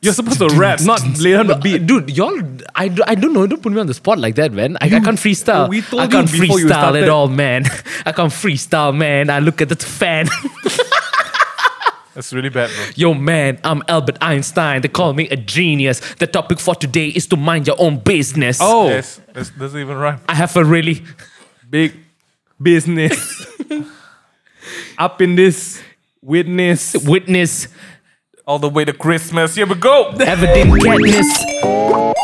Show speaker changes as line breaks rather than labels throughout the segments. You're supposed to rap, not lay down the beat.
Dude, y'all, I, do- I don't know. Don't put me on the spot like that, man. I, I can't freestyle.
we told
I can't
you before
freestyle
you started.
at all, man. I can't freestyle, man. I look at the fan.
That's really bad, bro.
Yo, man, I'm Albert Einstein. They call me a genius. The topic for today is to mind your own business.
Oh, yes, that's, doesn't even rhyme.
I have a really
Big business. Up in this witness.
witness,
All the way to Christmas. Here we go.
evident catness.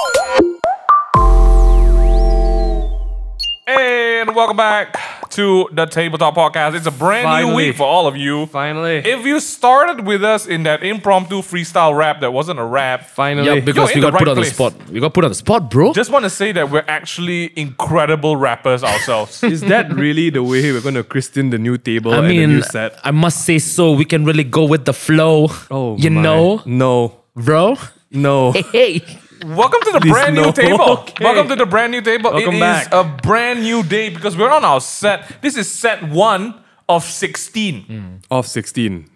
And welcome back to the Tabletop Podcast. It's a brand new
Finally.
week for all of you.
Finally.
If you started with us in that impromptu freestyle rap that wasn't a rap,
Finally.
Yeah, because
You're
we
in the
got put
right
on the
place.
spot. We got put on the spot, bro.
just want to say that we're actually incredible rappers ourselves.
Is that really the way we're going to christen the new table
I
and the new
mean,
set?
I must say so. We can really go with the flow.
Oh,
you
my.
know,
No.
bro.
No.
Hey,
Welcome to the
Please
brand new
no.
table.
Okay.
Welcome to the brand new table. It
Welcome
is
back.
a brand new day because we're on our set. This is set one of 16.
Of 16.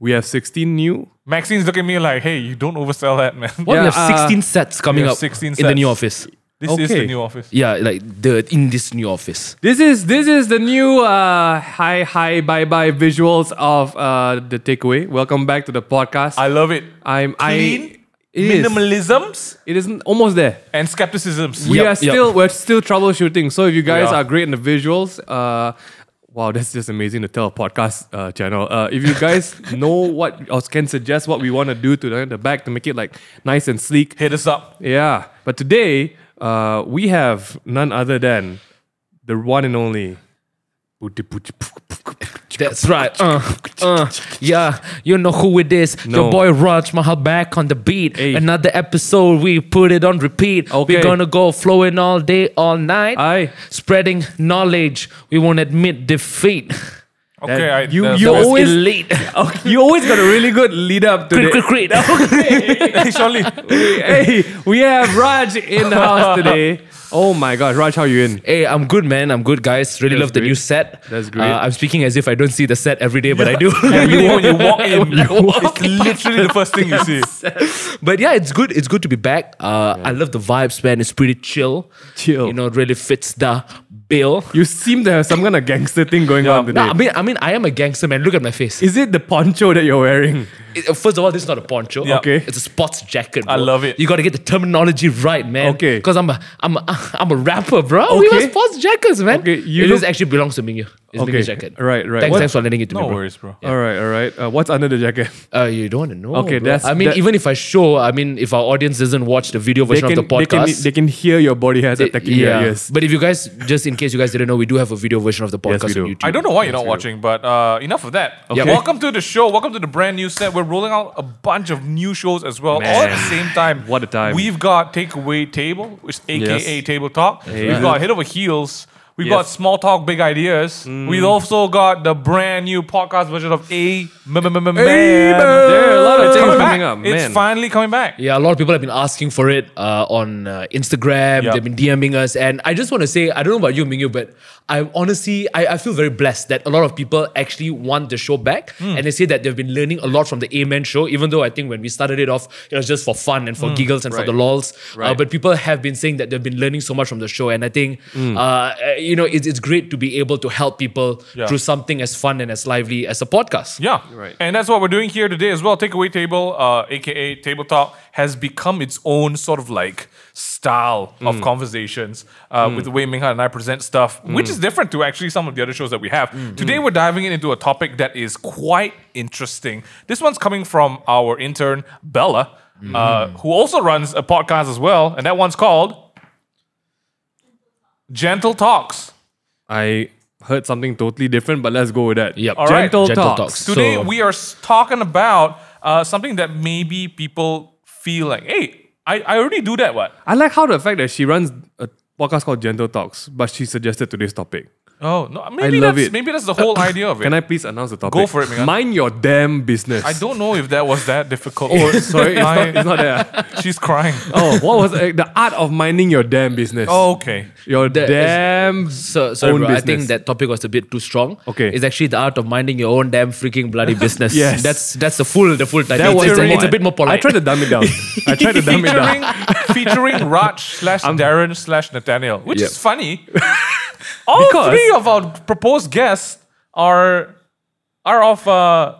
We have 16 new.
Maxine's looking at me like, hey, you don't oversell that, man.
what
Yeah,
we have
uh,
sixteen sets coming
have
up
16
in the new
sets.
office. Oh,
This is the
Okay.
new office.
Yeah, like the in this new office.
This is this is the new uh hi hi bye bye visuals of uh the takeaway. Welcome back to the podcast.
I love it.
I'm
Clean,
I it is.
minimalisms,
It isn't almost there.
and skepticisms.
We
Yep,
are
yep.
still we're still troubleshooting. So if you guys
are.
are great in the visuals, uh wow, that's just amazing to tell a podcast uh, channel. Uh if you guys know what or can suggest what we want to do to the, the back to make it like nice and sleek.
Hit us up.
Yeah. But today, uh we have none other than the one and only
That's right. Uh, uh, yeah, you know who it is. Your
No.
boy Raj Mahal back on the beat.
Hey.
Another episode, we put it on repeat. We're
Okay. Uh,
gonna go flowing all day, all night.
Aye.
Spreading knowledge. We won't admit defeat.
Okay, I,
you-
that-
you
That was
that's-
always-
elite.
Okay, you always got a really good lead up to
Crit,
the,
crit, crit.
surely.
Hey, we have Raj in the house today. Oh my gosh, Raj, how you in?
Hey, I'm good, man. I'm good, guys. Really love the
great.
new set.
That's great.
Uh, I'm speaking as if I don't see the set every day, but I do.
Every day when you walk in,
When I walk
it's literally the first thing you see.
but yeah, it's good. It's good to be back. Uh, I love the vibes, man. It's pretty chill.
Chill.
You know, it really fits the bill.
You seem to have some kind of gangster thing going on today.
Nah, I mean, I mean, I am a gangster, man. Look at my face.
Is it the poncho that you're wearing?
It- First of all, this is not a poncho.
Yeah.
Okay.
it's a sports jacket. Bro.
I love it.
You got to get the terminology right, man.
Okay.
because I'm a, I'm a, I'm a rapper, bro. We
Okay.
wear sports jackets, man.
Okay, you
it is
look-
actually belongs to Mingyu. It's
Okay,
Mingyu jacket.
right, right.
Thanks,
What-
thanks for lending it to
No
me, bro.
worries, bro.
All right, all right. Uh, what's under the jacket?
Uh, you don't want to know.
Okay,
bro.
that's-
I mean,
that-
even if I show, I mean, if our audience doesn't watch the video version of the
they, can,
podcast,
they can hear your body hairs attacking
yeah.
your ears.
But if you guys, just in case you guys didn't know, we do have a video version of the
Yes,
podcast
we
on
do.
YouTube.
I don't know why you're not watching, but uh, enough of that.
Okay.
Welcome to the show. Welcome to the brand new set. We're rolling out a bunch of new shows as well, all at the same time.
What a time.
We've got Takeaway Table, which AKA
Yes.
Table Talk. We've
right.
got Head Over Heels. We've
Yes.
got Small Talk, Big Ideas. We've also got the brand new podcast version of A Man.
There are a lot of
It's
things
coming
coming
back.
up, man.
It's finally coming back.
Yeah, a lot of people have been asking for it uh, on uh, Instagram.
Yeah.
They've been DMing us. And I just want to say, I don't know about you, Mingyu, but I honestly, I, I feel very blessed that a lot of people actually want the show back. And they say that they've been learning a lot from the Amen show, even though I think when we started it off, it was just for fun and for giggles and
right.
for the lols. Uh,
Right.
but people have been saying that they've been learning so much from the show. And I think, uh, uh, you know, it's, it's great to be able to help people
Yeah.
through something as fun and as lively as a podcast.
Yeah.
Right.
And that's what we're doing here today as well. Takeaway Table, uh, aka Table Talk, has become its own sort of like style of conversations uh, with the way Minghan and I present stuff, which is different to actually some of the other shows that we have. Today, we're diving in into a topic that is quite interesting. This one's coming from our intern, Bella, uh, who also runs a podcast as well. And that one's called Gentle Talks.
I heard something totally different, but let's go with that.
Yep.
All right.
Gentle,
Gentle
talks.
talks.
Today
So-
we are s- talking about uh, something that maybe people feel like, hey, I, I already do that. What?
I like how the fact that she runs a podcast called Gentle Talks, but she suggested today's topic.
Oh no, maybe
love
that's
it.
maybe that's the whole idea of it.
Can I please announce the topic?
Go for it, Megan.
Mind your damn business.
I don't know if that was that difficult.
Oh, sorry, it's not, it's not there.
she's crying.
Oh, what was it? the art of minding your damn business?
Oh, okay.
your
That is-
damn
So, sorry,
own
bro, I
business.
think that topic was a bit too strong.
Okay.
it's actually the art of minding your own damn freaking bloody business.
Yes.
that's that's the full the full title.
That
It's,
was
it's, a,
more-
it's a bit more polite.
I tried to dumb it down. I tried to dumb it down.
Featuring, featuring Raj slash Darren slash Nathaniel, which
Yep.
is funny. All
Because-
three of our proposed guests are are of uh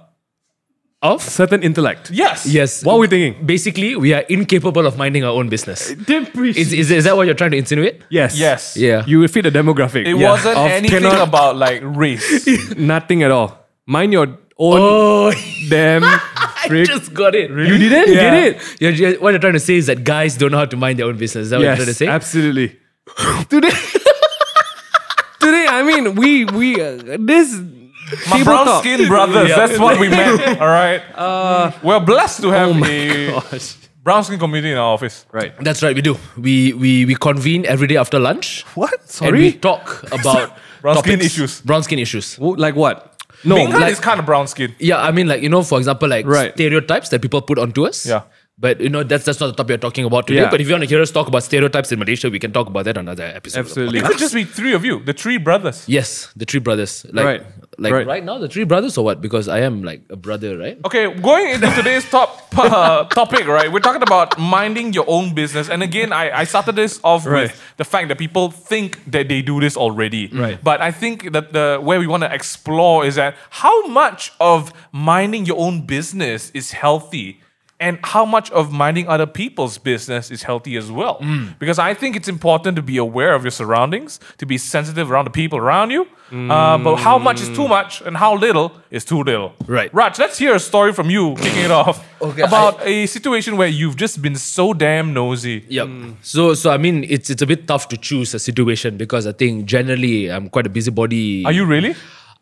of
Certain intellect.
yes
yes.
What are we thinking?
Basically, we are incapable of minding our own business. Is,
Is-
is, is that what you're trying to insinuate?
Yes.
Yes.
Yeah.
You will fit the demographic.
It
Yeah.
wasn't
Of
anything
cannot-
about like race.
nothing at all. Mind your own
Oh,
damn.
I
freak-
just got it.
You didn't
Yeah.
get it.
You're, you're- what you're trying to say is that guys don't know how to mind their own business. Is that what you're trying to say?
absolutely. today, today, I mean, we we uh, this
My
table
brown
talk- Uh,
skinned brothers,
Yeah.
that's what we meant. All right. We're blessed to have a
oh Gosh.
brown skinned community in our office.
Right.
That's right, we do. We we we convene every day after lunch
What?
and we
Sorry.
talk about
Brown
topics.
skin issues.
Brown skin issues.
Wo- like what? No.
Ming Han
like-
is kind of brown skinned.
Yeah, I mean, like you know, for example, like
Right.
stereotypes that people put onto us.
Yeah.
But you know, that's that's not the topic we're talking about today.
Yeah.
But if you want to hear us talk about stereotypes in Malaysia, we can talk about that another episode.
Absolutely.
It could just be three of you, the three brothers.
Yes, the three brothers. Like,
Right,
like
right.
right. now, the three brothers or what? Because I am like a brother, right?
Okay, going into today's top uh, topic, right? We're talking about minding your own business. And again, I, I started this off
Right.
with the fact that people think that they do this already. Right. But I think that the where we want to explore is that how much of minding your own business is healthy and how much of minding other people's business is healthy as well. Because I think it's important to be aware of your surroundings, to be sensitive around the people around you. Uh, but how much is too much and how little is too little.
Right.
Raj, let's hear a story from you, kicking it off,
Okay,
about a situation where you've just been so damn nosy.
Yep.
Hmm.
So so I mean, it's it's a bit tough to choose a situation because I think generally I'm quite a busybody.
Are you really?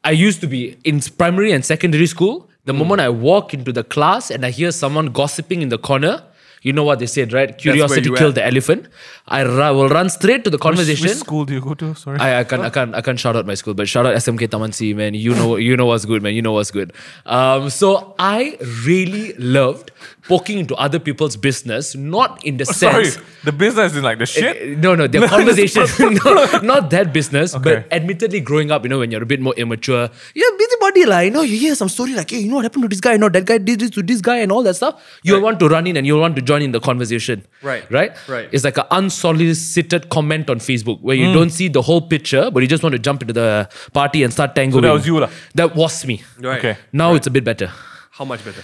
I used to be in primary and secondary school. The
Hmm.
moment I walk into the class and I hear someone gossiping in the corner, you know what they said, right? Curiosity
you
killed
at.
the elephant. I ra- will run straight to the conversation.
Which school do you go to? Sorry.
I, I can't I can't I can't shout out my school, but shout out SMK Tamansi, man. You know you know what's good, man. You know what's good. Um, so I really loved poking into other people's business, not in the
Sorry.
sense
The business is like the shit.
Eh, no, no, their conversation, no, not that business,
Okay.
but admittedly, growing up, you know, when you're a bit more immature, you're busybody, like, you know, you hear some story like, hey, you know what happened to this guy, you know, that guy did this to this guy and all that stuff. You'll want to run in and you'll want to join in the conversation.
Right.
Right? Hmm.
Right.
It's like an unsolicited comment on Facebook where you don't see the whole picture, but you just want to jump into the party and start tangoing.
that was you lah.
That was me.
Right.
Okay.
Now it's a bit better,
How much better?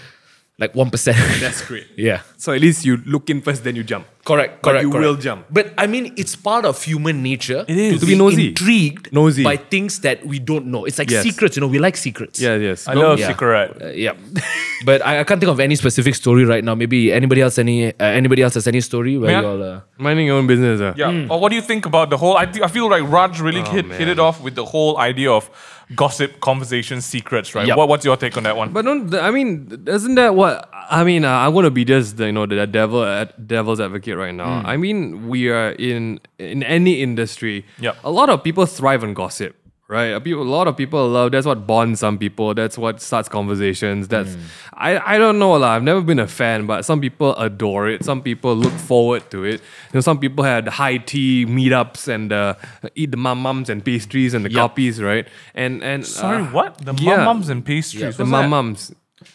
like 1%.
That's great.
yeah.
So at least you look in first, then you jump.
Correct,
But
correct.
you
correct.
will jump.
But I mean, it's part of human nature. It
is.
to be
To be nosy.
intrigued,
Nosy.
by things that we don't know. It's like
Yes.
secrets, you know. We like secrets.
Yeah. Yes.
I love
yeah.
cigarette.
Uh, yeah. but I, I can't think of any specific story right now. Maybe anybody else any uh, anybody else has any story where
May I-
you all. Uh,
Minding your own business. Uh.
Yeah. Or what do you think about the whole? I, thi- I feel like Raj really
Oh,
hit, hit it off with the whole idea of gossip, conversation, secrets, right?
Yup.
What, what's your take on that one?
But don't, I mean, isn't that what I mean? Uh, I'm gonna be just the, you know the devil ad- devil's advocate right now.
Mm.
I mean, we are in in any industry.
Yup.
a lot of people thrive on gossip, right? A, peop- a lot of people love. That's what bonds some people. That's what starts conversations. That's
Mm.
I I don't know lah. I've never been a fan, but some people adore it. Some people look forward to it. You know, some people had high tea meetups and uh, eat the mum mums and pastries and the
Yup.
copies, right? And and
Sorry,
uh,
what? The
yeah.
mum mums and pastries. What's
the
that?
mum mums.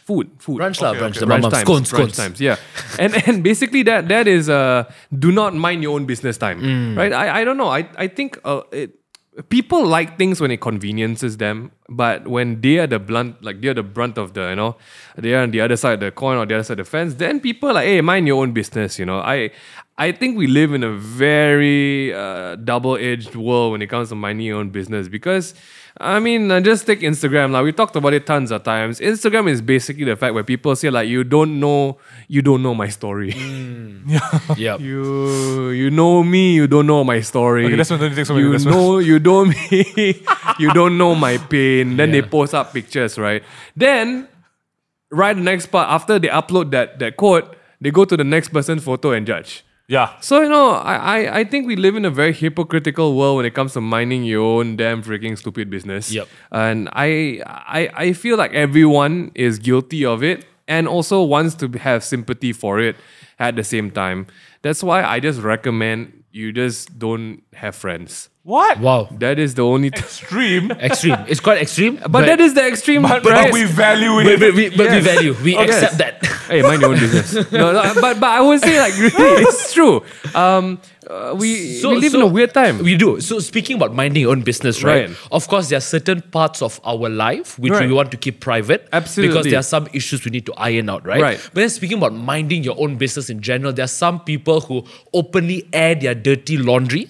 Food, food.
brunch lah,
Okay,
brunch.
okay.
The mum mum.
times,
Scones,
brunch
scones.
times, yeah, and and basically that that is uh, do not mind your own business time,
Mm.
right? I, I don't know. I I think uh, it, people like things when it conveniences them, but when they are the blunt, like they are the brunt of the you know, they are on the other side of the coin or the other side of the fence. Then people are like, hey, mind your own business, you know. I I think we live in a very uh, double-edged world when it comes to minding your own business because. I mean, uh, just take Instagram. Like we talked about it tons of times. Instagram is basically the fact where people say like, "You don't know, you don't know my story.
Yeah.
you you know me, you don't know my story.
Okay, that's what it takes away,
you
that's what-
know, you don't me, you don't know my pain. Then they post up pictures, right? Then, right the next part after they upload that that quote, they go to the next person's photo and judge.
Yeah.
So you know, I, I I think we live in a very hypocritical world when it comes to minding your own damn freaking stupid business.
Yep.
And I I I feel like everyone is guilty of it and also wants to have sympathy for it at the same time. That's why I just recommend you just don't have friends.
What?
Wow.
That is the only. T-
Stream.
Extreme. It's quite extreme. But,
but that is the extreme.
But,
right?
but we value
But,
it.
but we, but we
Yes.
value. We
Yes.
accept that.
hey, mind your own business. No, no, but but I would say like really, it's true. Um, uh, we we live in a weird time.
We do. So speaking about minding your own business, right?
Right.
Of course, there are certain parts of our life which
Right.
we want to keep private. Because
Absolutely.
there are some issues we need to iron out, right?
Right.
But then speaking about minding your own business in general, there are some people who openly air their dirty laundry.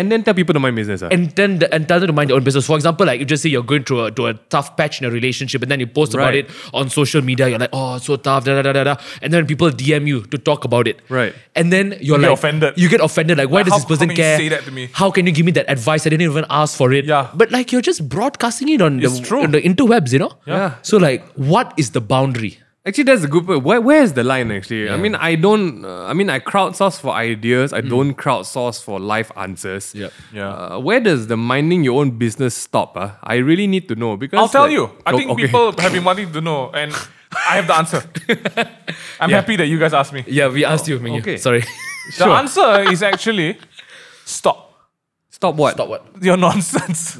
and then tell people to mind business. ah.
and then the, and tell them to mind their own business. For example, like you just say you're going through a, to a tough patch in a relationship, and then you post about
Right.
it on social media. You're like, oh, it's so tough, da da da da da, and then people DM you to talk about it.
Right.
And then you're
You get
like
offended.
You get offended. Like, why
Like,
does
how-
this person
how can you
care?
say that to me?
How can you give me that advice? I didn't even ask for it.
Yeah.
But like you're just broadcasting it on
It's
the
true.
on the interwebs, you know.
Yeah.
So like, what is the boundary?
Actually, that's a good point. Where, where is the line actually? I mean, I don't. Uh, I mean, I crowdsource for ideas. I don't crowdsource for life answers.
Yep.
Hmm. Yeah.
Uh, where does the minding your own business stop? Uh? I really need to know because
I'll tell
like-
you. I
Oh,
think
okay.
people have been wanting to know, and I have the answer. I'm happy that you guys asked me.
Yeah, we asked you, Mingyu.
okay.
Sorry.
The answer is actually stop
stop what?
Stop what?
your nonsense.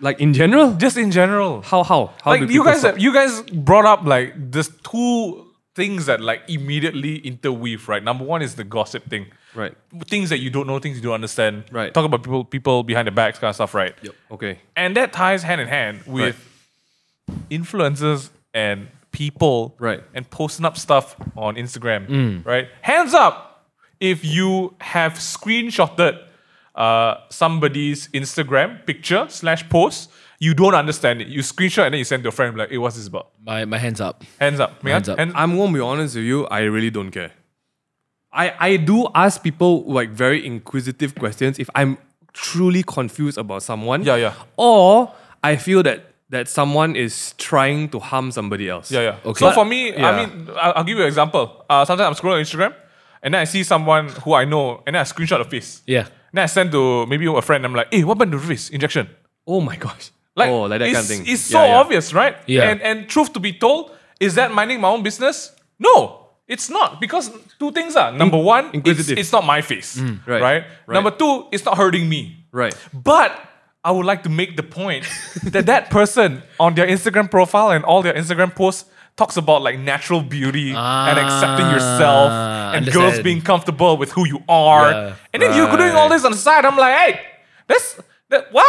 Like in general?
Just in general.
Mm. How how how
like
do
you
people
guys
stop?
you guys brought up like there's two things that like immediately interweave, right? Number one is the gossip thing.
Right.
Things that you don't know, things you don't understand.
Right.
Talk about people people behind the backs kind of stuff, right? Yep.
Okay.
And that ties hand in hand with influencers and people
Right.
and posting up stuff on Instagram.
Mm.
Right? Hands up if you have screenshotted uh, somebody's Instagram picture slash post, you don't understand it. You screenshot and then you send to your friend like, hey, what's this about?
My my hands up.
Hands up. man.
Hands up.
Hands-
I'm gonna be honest with you. I really don't care. I I do ask people like very inquisitive questions if I'm truly confused about someone.
Yeah, yeah.
Or I feel that that someone is trying to harm somebody else.
Yeah, yeah.
Okay.
So
But-
for me,
yeah.
I mean, I'll, I'll give you an example. Uh, sometimes I'm scrolling on Instagram and then I see someone who I know and then I screenshot the face.
Yeah.
Then I send to maybe a friend. I'm like, hey, what happened to this injection?
Oh my gosh.
Like,
oh, like that
it's,
kind of thing.
It's
Yeah,
so
yeah.
obvious, right?
Yeah.
And and truth to be told, is that minding my own business? No, it's not because two things are number one, it's,
inquisitive. Mm.
it's not my face,
Right,
right?
right.
Number two, it's not hurting me,
Right.
But I would like to make the point that that person on their Instagram profile and all their Instagram posts talks about like natural beauty and accepting yourself
Ah,
and girls
understand.
being comfortable with who you are.
Yeah.
and then you're doing all this on the side. I'm like, hey, that's that what?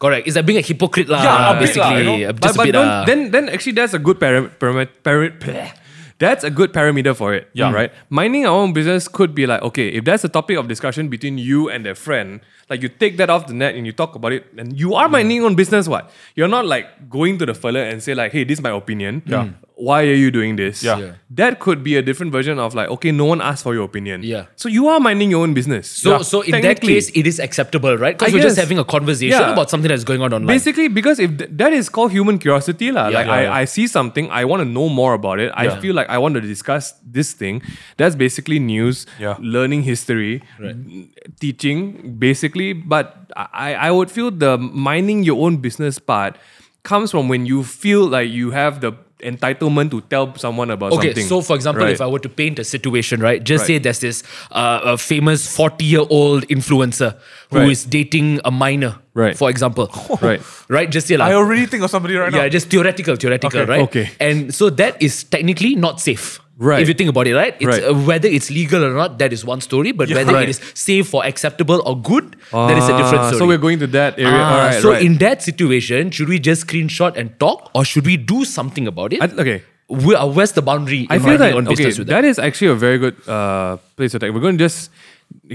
Correct. It's like being a hypocrite, lah.
Yeah, a bit
basically.
lah, you know.
Just
But,
a
but
bit,
don't,
ah.
then then actually that's a good param, param, param, bleh. that's a good parameter for it. Yeah. Right. Minding our own business could be like okay, if that's a topic of discussion between you and a friend, like you take that off the net and you talk about it, and you are minding your own business. What you're not like going to the fella and say like, hey, this is my opinion. Yeah. Why are you doing this?
Yeah. Yeah.
That could be a different version of like okay, no one asked for your opinion.
Yeah.
So you are minding your own business.
So, so in that case, it is acceptable, right?
I
Because we're just
guess.
having a conversation
Yeah.
about something that's going on online.
Basically, because if th- that is called human curiosity, lah. like
yeah, yeah.
I, I see something, I want to know more about it. I
Yeah.
feel like I want to discuss this thing. That's basically news,
Yeah.
learning history, n- teaching, basically. But I, I would feel the minding your own business part comes from when you feel like you have the entitlement to tell someone about
okay,
something.
so for example, if I
Right.
were to paint a situation, right? Just
Right.
say there's this uh, a famous 40 year old influencer who is
Right.
dating a minor,
Right.
for example.
Right.
Right? Just say like,
I already think of somebody right
yeah,
now.
just theoretical, theoretical,
Okay,
right?
okay.
And so that is technically not safe.
Right.
If you think about it, right? It's,
Right.
Uh, whether it's legal or not, that is one story. But whether
Right.
it is safe or acceptable or good, that is a different
Ah,
story.
So we're going to that area.
Ah,
All right,
so
right.
in that situation, should we just screenshot and talk, or should we do something about it?
I- okay.
Where- uh, where's the boundary?
I
in
feel
running
that
on
okay,
business with that.
that is actually a very good uh, place to take. We're going to just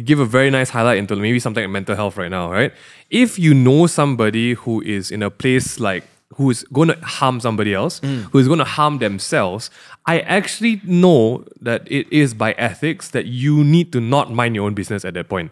give a very nice highlight into maybe something like mental health right now, right? If you know somebody who is in a place like who is going to harm somebody else,
Hmm.
who is going to harm themselves, I actually know that it is by ethics that you need to not mind your own business at that point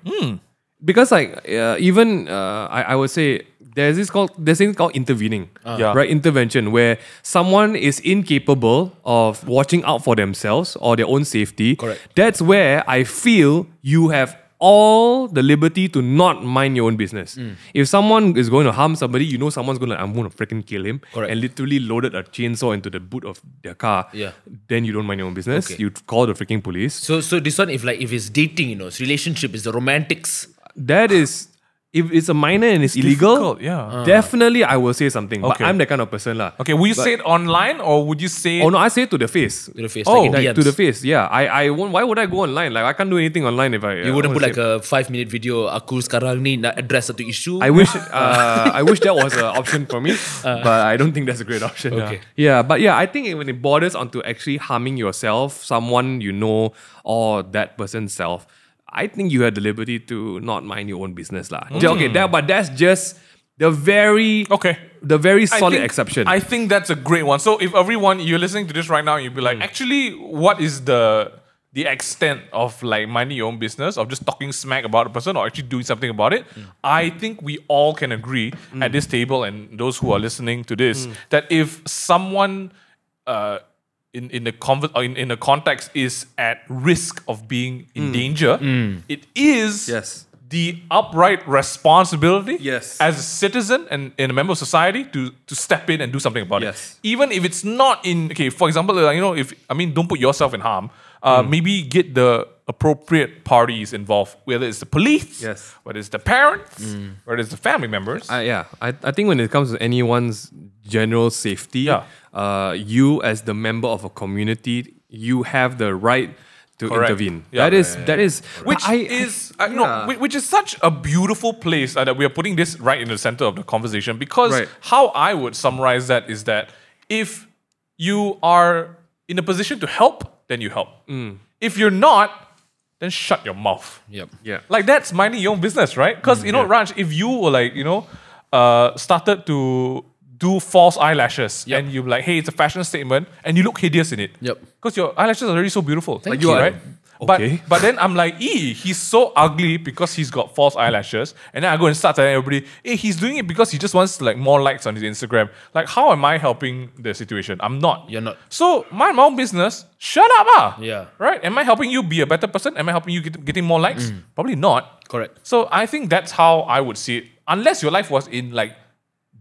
because like uh, even uh, I, I would say There's this called there's thing called intervening,
Ah.
Yeah.
right? Intervention where someone is incapable of watching out for themselves or their own safety.
Correct.
That's where I feel you have all the liberty to not mind your own business.
Mm.
If someone is going to harm somebody, you know someone's going to I'm going to freaking kill him,
Correct.
and literally loaded a chainsaw into the boot of their car.
Yeah.
Then you don't mind your own business.
Okay.
You call the freaking police.
So so this one, if like if it's dating, you know, it's relationship, it's the romantics.
that is if it's a minor and it's, illegal
difficult, yeah.
definitely i will say something
Okay.
but i'm that kind of person lah.
Okay, will you say it online or would you say
oh no i say it to the face
To the face,
Oh,
like in
like,
DMs.
to the face yeah i i won't why would i go online like i can't do anything online if i
You wouldn't put like a five minute video, aku sekarang ni nak address satu issue.
I wish uh, I wish that was an option for me, but I don't think that's a great option.
Uh.
yeah.
Okay.
Yeah. but yeah, I think it, when it borders onto actually harming yourself, someone you know, or that person's self, I think you had the liberty to not mind your own business, lah. Okay, that but that's just the very
Mm. Okay.
the very
I think-
solid exception.
I think that's a great one. So if everyone you're listening to this right now, you'd be like,
Hmm.
actually, what is the the extent of like minding your own business of just talking smack about a person or actually doing something about it?
Hmm.
I think we all can agree at this table and those who are listening to
Hmm.
this that if someone uh, in in the conver- or in, in the context is at risk of being in danger, it is
Hmm. Yes.
the upright responsibility
Yes.
as a citizen and, and a member of society to to step in and do something about
Yes.
it. Even if it's not in okay, for example, like, you know, if I mean, don't put yourself in harm. Uh,
Mm.
Maybe get the appropriate parties involved, whether it's the police,
Yes. Mm.
whether it's the parents, whether it's the family members.
I, yeah, I, I think when it comes to anyone's general safety,
Yeah.
uh, you as the member of a community, you have the right to
Correct.
intervene.
Yeah.
That is that is
which
I-
is I, no,
yeah.
whi- which is such a beautiful place uh, that we are putting this right in the center of the conversation because
Right.
how I would summarize that is that if you are in a position to help, then you help.
Mm.
If you're not, then shut your mouth.
yep.
yeah.
Like that's minding your own business, right?
Mm,
Because you know, Raj, if you were like, you know, uh, started to do false eyelashes
Yep.
and you're like, hey, it's a fashion statement, and you look hideous in it.
Yep.
Because your eyelashes are already so beautiful.
Thank you.
right?
Okay.
But but then I'm like, ee, he's so ugly because he's got false eyelashes. And then I go and start telling everybody, hey, he's doing it because he just wants like more likes on his Instagram. Like, how am I helping the situation? I'm not.
You're not.
So mind my own business. Shut up, ah.
Yeah.
Right? Am I helping you be a better person? Am I helping you get, getting more likes?
Mm.
Probably not.
Correct.
So I think that's how I would see it. Unless your life was in like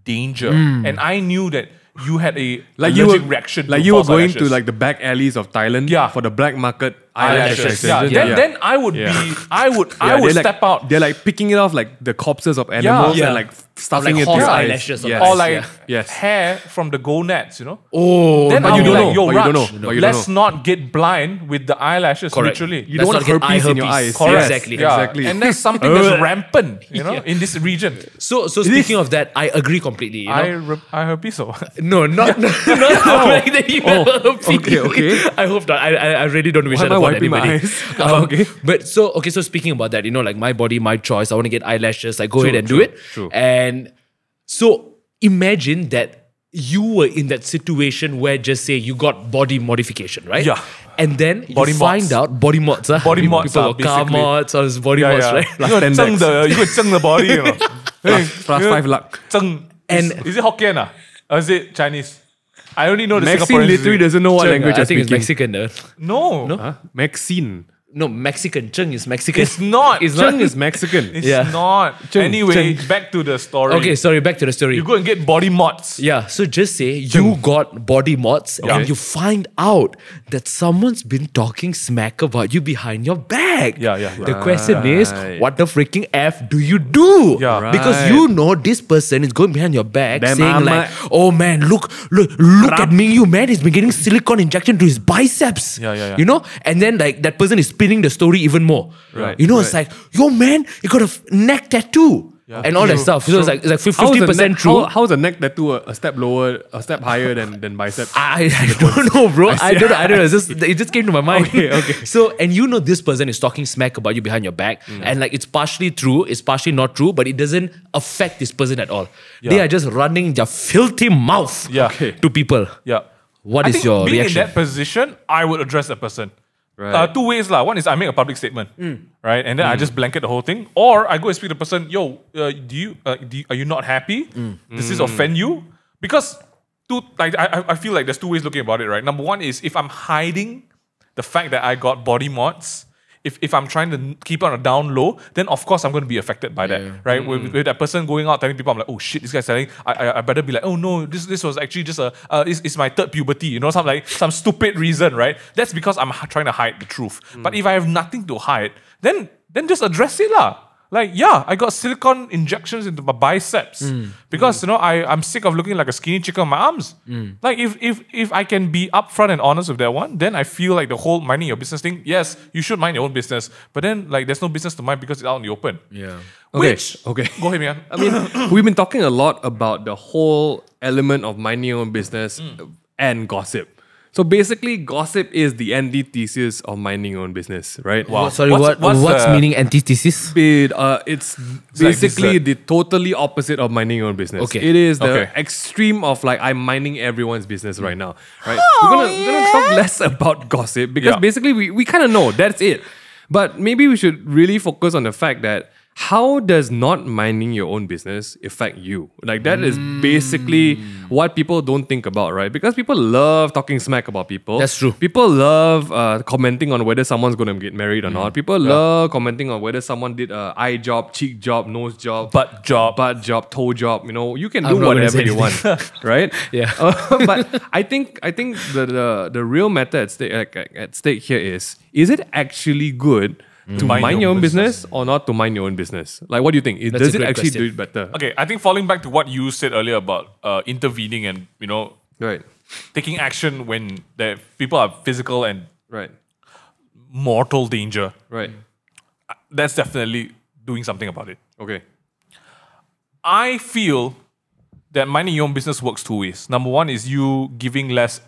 danger, and I knew that you had a
Mm. Like you were
allergic reaction.
like
to
you were
false
going
eyelashes.
to like the back alleys of Thailand
Yeah.
for the black market
eyelashes.
eyelashes.
Yeah,
Yeah.
Then,
Yeah.
then I would
Yeah.
be, I would,
Yeah,
I would
they're like-
step out.
They're like picking it off like the corpses of animals
Yeah.
and like stuffing
Like
it through
horse
eyes.
eyelashes or
Yes.
or like
yeah. Yes.
hair from the gonads, you know.
Oh,
then
but
I'll
you
be
don't
like,
know,
yo,
but you don't
Raj,
know, but you don't
let's
know.
not get blind with the eyelashes,
Correct.
literally.
You don't
Let's
want
not get
herpes
eye
in your
herpes.
eyes. Yes.
Exactly.
Yeah.
Exactly.
And that's something that's rampant, you know, in this region.
So so speaking of that, I agree completely. You know?
I re- I herpes so.
No, not not the fact that you
Oh,
have a pig.
okay, okay.
I hope not. I, I, I really don't wish
Why
that
am I
upon
wiping my
anybody. Um,
eyes? Okay.
But so okay, so speaking about that, you know, like my body, my choice. I want to get eyelashes. I go ahead and do
true,
it.
true.
And so imagine that you were in that situation where just say you got body modification, right?
Yeah.
And then you
Body
find
mods.
out body mods. Huh?
Body mods
People
are
uh,
got car
basically-
mods or it's body mods, right?
You know,
Tendex.
zheng the, you know, zheng the body, you know.
Plus- plus
You know,
five luck.
zheng.
And-
is, is it Hokkien ah? or is it Chinese? I only know the
Maxine
Singaporeans.
literally doesn't know what
Cheng,
language
I
I'm
think it's
speaking.
Mexican. Uh.
No,
Huh? Maxine.
No, Mexican. Cheng is Mexican.
it's not.
It's
It's,
not.
Cheng is Mexican.
Yeah.
not.
Zheng,
anyway,
zheng.
back to the story.
Okay, sorry, back to the story.
you go and get body mods.
Yeah, so just say you got body mods and
Okay.
you find out that someone's been talking smack about you behind your back.
Yeah, yeah, yeah.
The question is,
Right.
what the freaking F do you do?
Yeah. Right.
Because you know this person is going behind your back
Damn,
saying
I'm
like,
a-
oh man, look, look, look at Mingyu, man, he's been getting silicone injection to his biceps.
Yeah, yeah, yeah.
You know? And then like that person is spinning the story even more.
Right,
You know, it's like, yo man, you got a f- neck tattoo. And all that
True,
stuff. So it's like it's like
How is
fifty
the
percent
neck-
true.
How, how's a neck tattoo a, a step lower, a step higher than than bicep?
I, I don't know, bro. I, don't. I don't know. It's just it just came to my mind.
Okay, okay.
So and you know this person is talking smack about you behind your back,
Mm.
and like it's partially true, it's partially not true, but it doesn't affect this person at all. They
Yeah.
are just running their filthy mouth
Yeah. Okay.
to people.
Yeah.
What
I
is
think
your
being
reaction?
in that position, I would address that person.
Right.
Uh, two ways lah. One is I make a public statement,
Mm.
right, and then I just blanket the whole thing, or I go and speak to the person. Yo, uh, do you, uh, do you are you not happy?
Mm.
Does this offend you? Because two, like I, I- I feel like there's two ways looking about it, right? Number one is if I'm hiding the fact that I got body mods. If, if I'm trying to n- keep on a down low, then of course I'm going to be affected by that, right? With, with that person going out telling people, I'm like, oh shit, this guy's telling. I, I, I better be like, oh no, this this was actually just a uh, it's, it's my third puberty, you know, some like some stupid reason, right? That's because I'm h- trying to hide the truth. But if I have nothing to hide, then then just address it lah. Like yeah, I got silicone injections into my biceps
Mm.
because you know I I'm sick of looking like a skinny chicken on my arms.
Mm.
Like if if if I can be upfront and honest with that one, then I feel like the whole minding your business thing. Yes, you should mind your own business, but then like there's no business to mind because it's out in the open.
Yeah.
Okay,
Which
okay.
go ahead, man.
I mean, we've been talking a lot about the whole element of minding your own business and gossip. So basically, gossip is the antithesis of minding your own business, right?
Wow.
Sorry,
What's-
what,
what's
what's,
the-
meaning antithesis?
It, uh, it's
like
basically
dessert.
the totally opposite of minding your own business.
Okay.
It is the
Okay.
extreme of like I'm minding everyone's business right now. Right. we're, gonna, we're gonna talk less about gossip because
Yeah.
basically we, we kind of know that's it. But maybe we should really focus on the fact that how does not minding your own business affect you? Like that is basically
Mm.
what people don't think about, right? Because people love talking smack about people.
That's true.
People love uh, commenting on whether someone's going to get married or not. People love commenting on whether someone did a eye job, cheek job, nose job,
Butt job.
butt job, toe job. You know, you can do
I'm not gonna
whatever
say
you want, right?
Yeah.
Uh, but I think I think the the, the real matter at stake like, like, at stake here is is it actually good to mind, your own business, or not to mind your own business? Like, what do you think? It-
That's a
Does it
great
actually
question.
do it better?
Okay, I think falling back to what you said earlier about uh, intervening and you know
Right.
taking action when the people are physical and
Right.
mortal danger.
Right.
That's definitely doing something about it.
Okay.
I feel that minding your own business works two ways. Number one is you giving less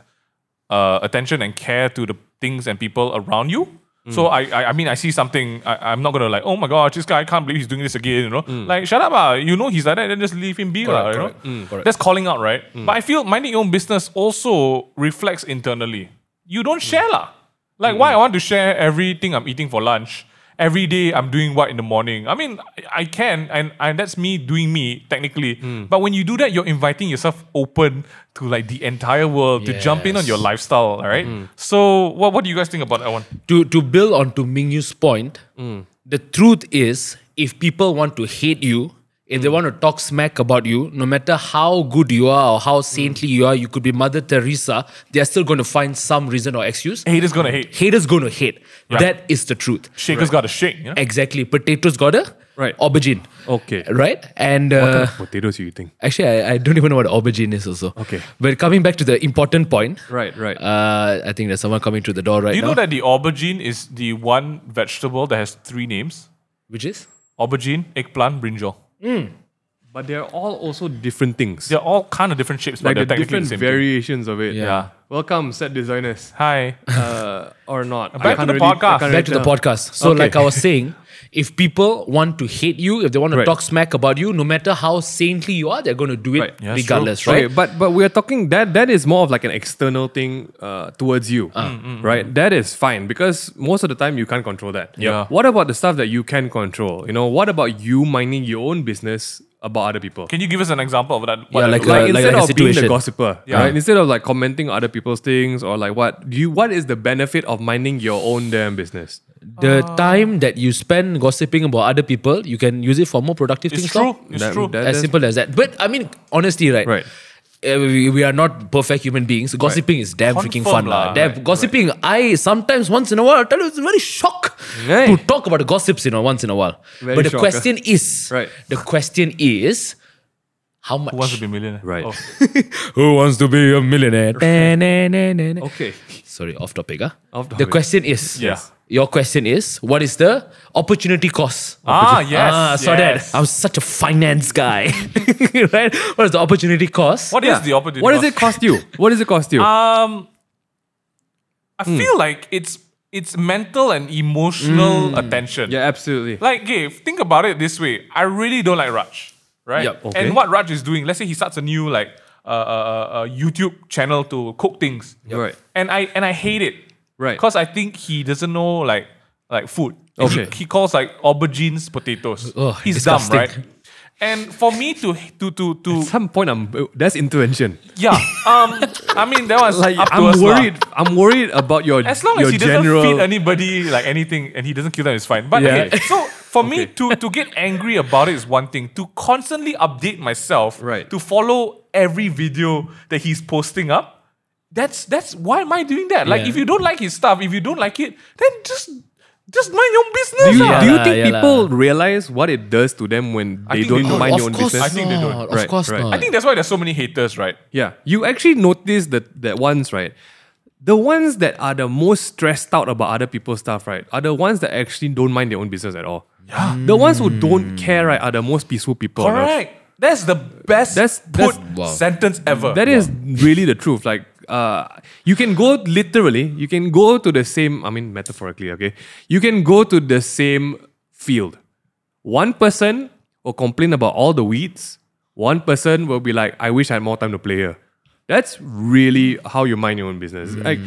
uh, attention and care to the things and people around you.
Mm.
So I, I, I mean, I see something. I, I'm not gonna like, oh my god, this guy, I can't believe he's doing this again. You know, like shut up, ah. You know he's like that. Then just leave him be, lah.
Mm. Correct,
You know,
correct, mm, correct. Mm.
that's calling out, right? But I feel minding your own business also reflects internally. You don't
Mm.
share, lah. Like why I want to share everything I'm eating for lunch. Every day I'm doing what in the morning. I mean, I- I can, and, and that's me doing me technically. But when you do that, you're inviting yourself open to like the entire world to jump in on
Yes.
your lifestyle, all right? So, what, what do you guys think about that one?
to to build on to Mingyu's point,
Hmm.
the truth is if people want to hate you, if
Hmm.
they want to talk smack about you, no matter how good you are or how saintly you are, you could be Mother Teresa, they are still going to find some reason or excuse.
Haters gonna hate.
Haters going to hate.
Yeah.
That is the truth.
Shakers gotta shake. You know?
Exactly. Potatoes got a
Right.
aubergine.
Okay.
Right? And uh,
Potatoes, you eating?
actually, I, I don't even know what aubergine is also.
Okay.
But coming back to the important point.
Right. Right.
Uh, I think there's someone coming through the door right
Do you
now.
know that the aubergine is the one vegetable that has three names?
Which is?
Aubergine, eggplant, brinjal.
but they're all also different things.
They're all kind of different shapes,
Like
but
the
they're technically
different
the same. thing.
variations of it.
Yeah.
Welcome, set designers.
Hi.
uh, or not. I
Back to
can't
the
really- I
podcast. Back
can't
back to the
really tell.
podcast. So,
Okay.
like I was saying, if people want to hate you, if they want to
Right.
talk smack about you, no matter how saintly you are, they're going to do it
Right. Yeah,
that's
regardless,
Okay,
right?
but but we are talking that that is more of like an external thing uh, towards you,
Ah. Mm,
right? That is fine because most of the time you can't control that.
Yeah.
What about the stuff that you can control? You know, what about you minding your own business about other people?
Can you give us an example of that? what
Yeah,
that
like
looks
a-
like instead
like
of being the
situation.
gossiper,
Yeah.
right? Instead of like commenting on other people's things or like what do you what is the benefit of minding your own damn business?
the time that you spend gossiping about other people, you can use it for more productive
It's
things.
true.
lor.
It's
That-
true.
that-
As
is-
simple as that. But I mean, honestly, right?
Right.
uh, we, we are not perfect human beings. Gossiping is damn freaking
Confirm
fun, lah.
lah.
Damn, gossiping. I sometimes once in a while, I tell you, it's very shock
Right.
to talk about the gossips, you know, once in a while.
Very
but the
shock,
question is,
Right.
The question is, how much?
Who wants to be a millionaire?
Right.
Oh.
Who wants to be a millionaire? Da-na-na-na-na.
Okay.
Sorry, off topic. Huh?
Off
The
topic.
question is,
Yeah.
your question is, what is the opportunity cost?
Ah, yes.
ah, so
yes.
that I'm such a finance guy, right? What is the opportunity cost?
What is the opportunity?
What does
cost?
it cost you? What does it cost you?
Um, I feel like it's it's mental and emotional attention.
yeah, absolutely.
Like, okay, think about it this way. I really don't like Raj, right?
Yup,
okay.
And what Raj is doing, let's say he starts a new like uh, uh, uh, uh, YouTube channel to cook things,
Right.
and I and I hate it.
Right.
Because I think he doesn't know like like food. And
Okay.
He, he calls like aubergines potatoes.
Ugh,
He's
disgusting.
dumb, right? And for me to to to to
At some point, I'm that's intervention.
yeah, um, I mean that was
Like
up to us lah.
I'm worried. I'm worried about your
As long
your
as he
general.
doesn't feed anybody like anything and he doesn't kill them, it's fine. But
Yeah.
okay, so for me to to get angry about it is one thing. To constantly update myself,
Right.
to follow every video that he's posting up, that's that's why am I doing that? Like
Yeah.
if you don't like his stuff, if you don't like it, then just just mind your own business. ah.
do you,
lah.
do you
Yeah lah,
think
yeah lah.
people realize what it does to them when they
think they
don't
don't.
mind
of
your own
course
I
business?
think they
not.
don't.
Of
Right,
course
right.
not.
I think that's why there's so many haters, right?
Yeah, you actually notice that that ones right, the ones that are the most stressed out about other people's stuff right are the ones that actually don't mind their own business at all. Yeah, the ones who don't care right are the most peaceful people. on earth.
Correct. That's the best
That's-
put
that's-
Wow.
sentence ever.
That is really the truth. Like, uh, you can go literally, you can go to the same, I mean, metaphorically, okay? You can go to the same field. One person will complain about all the weeds, one person will be like, I wish I had more time to play here. That's really how you mind your own business.
Mm.
Like,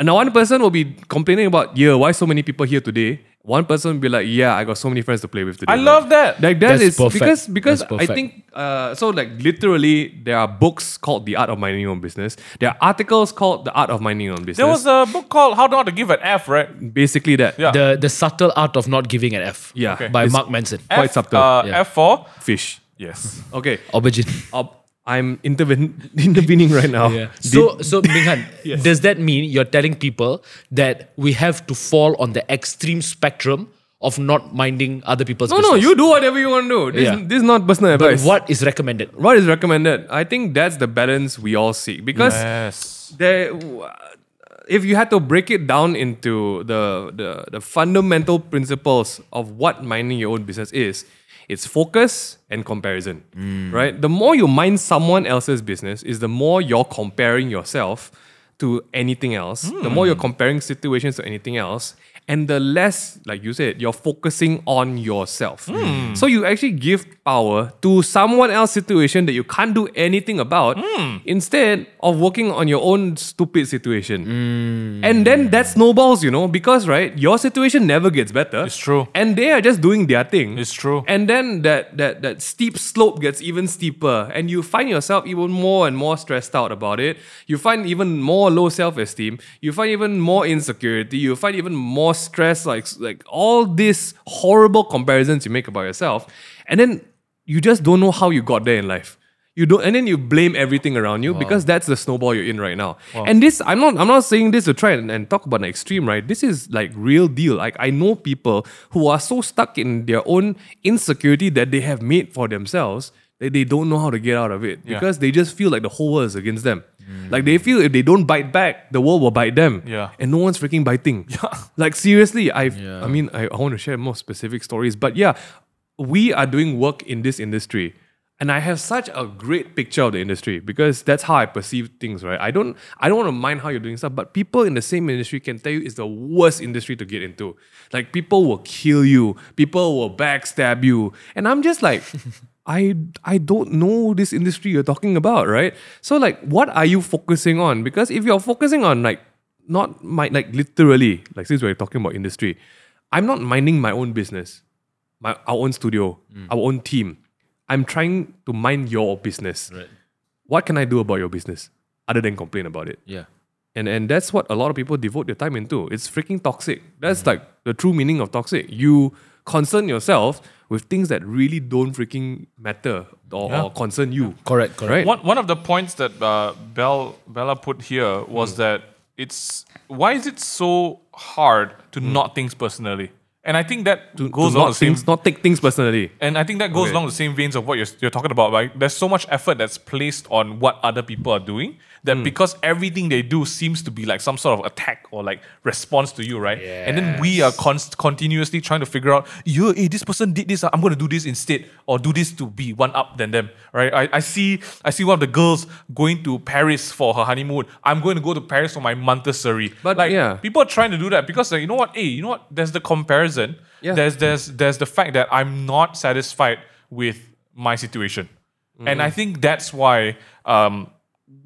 now one person will be complaining about, yeah, why so many people here today? One person will be like, yeah, I got so many friends to play with today.
I love that.
Like that
That's
is
perfect.
because because
That's
I
perfect.
think uh, so. Like literally, there are books called "The Art of Minding Your Own Business." There are articles called "The Art of Minding Your Own Business."
there was a book called How Not to Give an F, right?
basically that.
Yeah.
the the subtle art of not giving an F.
Yeah. Okay.
by
It's-
Mark Manson.
Quite
F,
subtle,
Uh,
yeah.
F for
Fish.
yes.
Okay,
Aubergine.
up- I'm interven- intervening right now.
Yeah.
Did-
So, so Minghan, does that mean you're telling people that we have to fall on the extreme spectrum of not minding other people's
no, no,
business?
you do whatever you want to do. This,
Yeah.
this is not personal
But
advice.
what is recommended?
what is recommended? I think that's the balance we all seek because
Yes.
there if you had to break it down into the, the the fundamental principles of what minding your own business is it's focus and comparison right the more you mind someone else's business is the more you're comparing yourself to anything else the more you're
Hmm.
comparing situations to anything else and the less like you said you're focusing on yourself
Hmm.
so you actually give power to someone else's situation that you can't do anything about
Hmm.
instead of working on your own stupid situation
Hmm.
and then that snowballs, you know, because right, your situation never gets better.
It's true.
And they are just doing their thing.
It's true.
And then that that that steep slope gets even steeper, and you find yourself even more and more stressed out about it. You find even more low self esteem. You find even more insecurity. You find even more stress, like like all these horrible comparisons you make about yourself, and then you just don't know how you got there in life. You don't, and then you blame everything around you because that's the snowball you're in right now. And this, I'm not, I'm not saying this to try and, and talk about an extreme, right? This is like real deal. Like I know people who are so stuck in their own insecurity that they have made for themselves that they don't know how to get out of it because they just feel like the whole world is against them. Like they feel if they don't bite back, the world will bite them.
Yeah.
And no one's freaking biting. Like seriously, I have I mean I, I want to share more specific stories, but yeah, we are doing work in this industry. And I have such a great picture of the industry because that's how I perceive things, right? I don't I don't want to mind how you're doing stuff, but people in the same industry can tell you it's the worst industry to get into. Like people will kill you, people will backstab you. And I'm just like I I don't know this industry you're talking about, right? So like what are you focusing on? Because if you're focusing on like not my like literally like since we're talking about industry i'm not minding my own business my our own studio
Mm.
our own team i'm trying to mind your business
Right.
what can i do about your business other than complain about it
Yeah.
and and that's what a lot of people devote their time into it's freaking toxic
Mm.
that's like the true meaning of toxic you concern yourself with things that really don't freaking matter or, or concern you
Correct. Correct.
right
One one of the points that uh, Bell Bella put here
Mm.
was that it's why is it so hard to not think personally? And I think that goes
Mm. to
along
not,
the same.
things, not take things personally
and I think that goes
Okay.
along the same veins of what you're, you're talking about. Right? There's so much effort that's placed on what other people are doing that
Hmm.
because everything they do seems to be like some sort of attack or like response to you, right? And then we are const- continuously trying to figure out, yo, hey, this person did this, I'm going to do this instead or do this to be one up than them, right? I, I see I see one of the girls going to Paris for her honeymoon. I'm going to go to Paris for my Montessori.
But,
like,
yeah.
people are trying to do that because like, you know what? Hey, you know what? There's the comparison.
Yeah.
There's there's there's the fact that I'm not satisfied with
Mm-hmm.
my situation, and I think that's why um,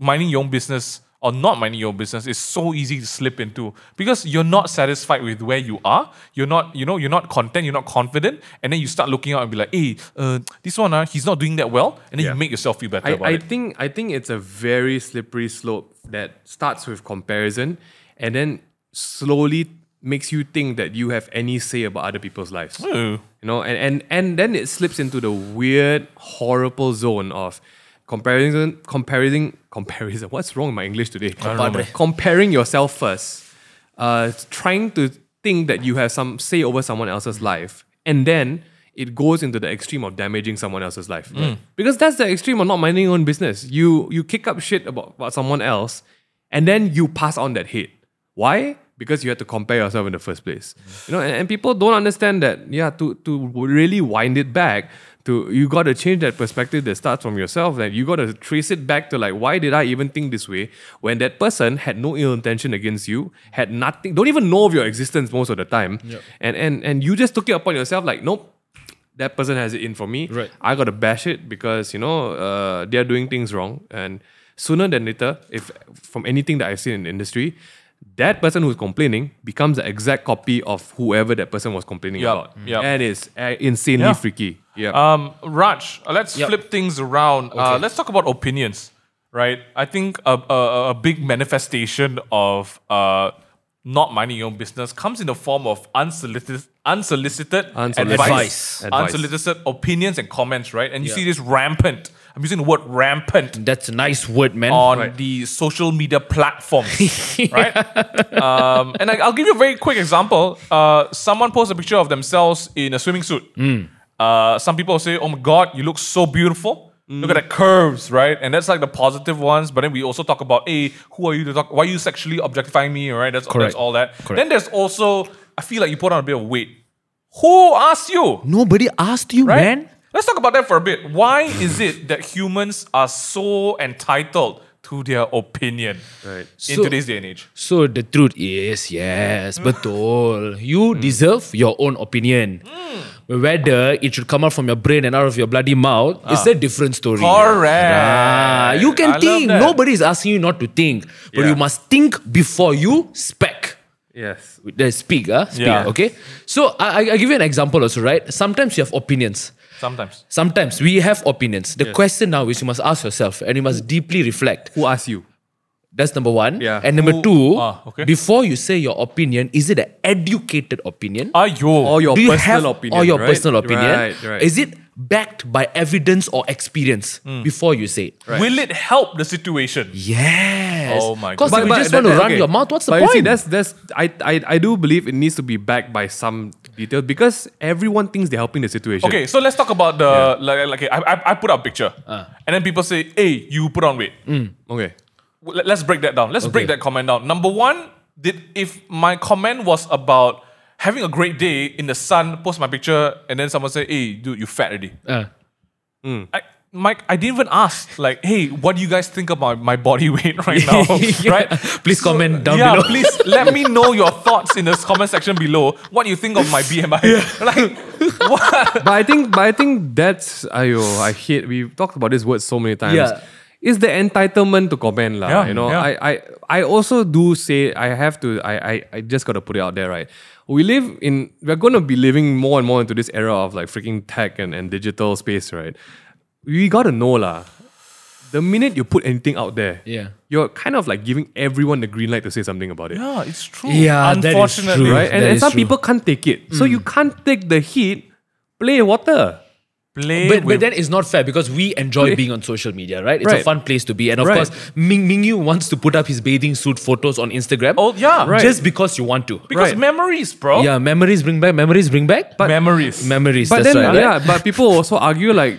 minding your own business or not minding your business is so easy to slip into because you're not satisfied with where you are. You're not, you know, you're not content, you're not confident, and then you start looking out and be like, hey, uh, this one, uh, he's not doing that well, and then
Yeah.
you make yourself feel better
I,
about
I
it.
think I think it's a very slippery slope that starts with comparison and then slowly makes you think that you have any say about other people's lives.
Ooh.
You know, and, and and then it slips into the weird, horrible zone of comparison comparison comparison. What's wrong with my English today?
don't know, man.
Comparing yourself first. Uh trying to think that you have some say over someone else's life. And then it goes into the extreme of damaging someone else's life.
Mm.
Because that's the extreme of not minding your own business. You you kick up shit about, about someone else and then you pass on that hate. Why? Because you had to compare yourself in the first place. You know, and, and people don't understand that, yeah, to, to really wind it back, to you gotta change that perspective that starts from yourself, that you gotta trace it back to like, why did I even think this way when that person had no ill intention against you, had nothing, don't even know of your existence most of the time. And and and you just took it upon yourself, like, nope, that person has it in for me.
Right.
I gotta bash it because you know uh, they're doing things wrong, and sooner than later, if from anything that I've seen in the industry, that person who's complaining becomes the exact copy of whoever that person was complaining
Yup,
about,
yup.
and it's uh, insanely
Yeah.
freaky. Yeah.
Um, Raj, uh, let's
Yep.
flip things around. Uh, let's talk about opinions, right? I think a, a, a big manifestation of uh, not minding your own business comes in the form of unsolicited, unsolicited
Unsolicited.
advice,
Advice.
unsolicited opinions and comments, right? And you
Yeah.
see this rampant. I'm using the word rampant
That's a nice word, man.
on the social media platforms, right? Um, and I, I'll give you a very quick example. Uh, someone posts a picture of themselves in a swimming suit.
Hmm.
Uh, some people say, "Oh my God, you look so beautiful." Look at the curves, right? And that's like the positive ones. But then we also talk about, hey, who are you to talk? Why are you sexually objectifying me? Right? That's, that's
Correct.
all that.
Correct.
Then there's also, I feel like you put on a bit of weight. Who asked you?
Nobody asked you,
right?
man.
Let's talk about that for a bit. Why is it that humans are so entitled to their opinion
Right.
in
So-
today's day and age?
So the truth is, yes, betul.
Hmm.
You deserve your own opinion. Whether it should come out from your brain and out of your bloody mouth, it's a different story.
Ah. Correct.
Ah, you
I
can
love
think.
that.
Nobody is asking you not to think, but
Yeah.
you must think before you spec.
yes.
The speak, ah, speak.
Yeah.
Okay. So I, I- I give you an example also, right? Sometimes you have opinions.
Sometimes.
Sometimes we have opinions. The question now is you must ask yourself and you must deeply reflect.
Who asked you?
That's number one.
Yeah.
And number
Who-
two,
ah, okay.
before you say your opinion, is it an educated opinion?
Ayo.
Or Oh, your
Do you
personal
have-
opinion?
Or your
right?
personal opinion.
Right. Right.
Is it backed by evidence or experience
Hmm.
before you say it?
Will it help the situation?
Yes.
Oh my
Because
God.
if you just
that-
want to
that-
run
okay.
your mouth, what's the
but
point?
You see, that's that's I, I I do believe it needs to be backed by some details because everyone thinks they're helping the situation.
Okay, so let's talk about the like, like okay, I, I, I put up a picture,
Uh.
and then people say, "Hey, you put on weight."
Okay.
W- let- Let's break that down. Let's break
Mm. Okay.
that comment down. Number one, did if my comment was about having a great day in the sun, post my picture, and then someone say, "Hey, dude, you fat already."
Uh,
I, Mike, I didn't even ask, like, hey, what do you guys think about my body weight right now? Right?
Please comment down
yeah,
below.
please let me know your thoughts in the comment section below. What you think of my BMI? Like, what?
but I think, but I think that's ayo. I hate. We've talked about this word so many times.
Yeah.
It's the entitlement to comment, lah.
Yeah,
you know,
yeah.
I, I, I also do say I have to. I, I, I just got to put it out there, right? We live in. We're going to be living more and more into this era of like freaking tech and, and digital space, right? We got to know, lah. The minute you put anything out there,
Yeah.
you're kind of like giving everyone the green light to say something about it
Yeah, it's true.
Yeah, that is
unfortunately.
true.
right? And,
That
and
is
some
true. Mm.
people can't take it. So you can't take the heat, play water.
Play
but,
with
but then it's not fair because we enjoy being on social media, right? It's a
Right.
fun place to be. And of
Right.
course, Ming Ming Yu wants to put up his bathing suit photos on Instagram.
Oh, yeah. Right.
Just because you want to.
because
right.
memories, bro.
Yeah, memories bring back, memories bring back. But
memories.
memories,
But
that's
then,
right.
yeah, but people also argue like,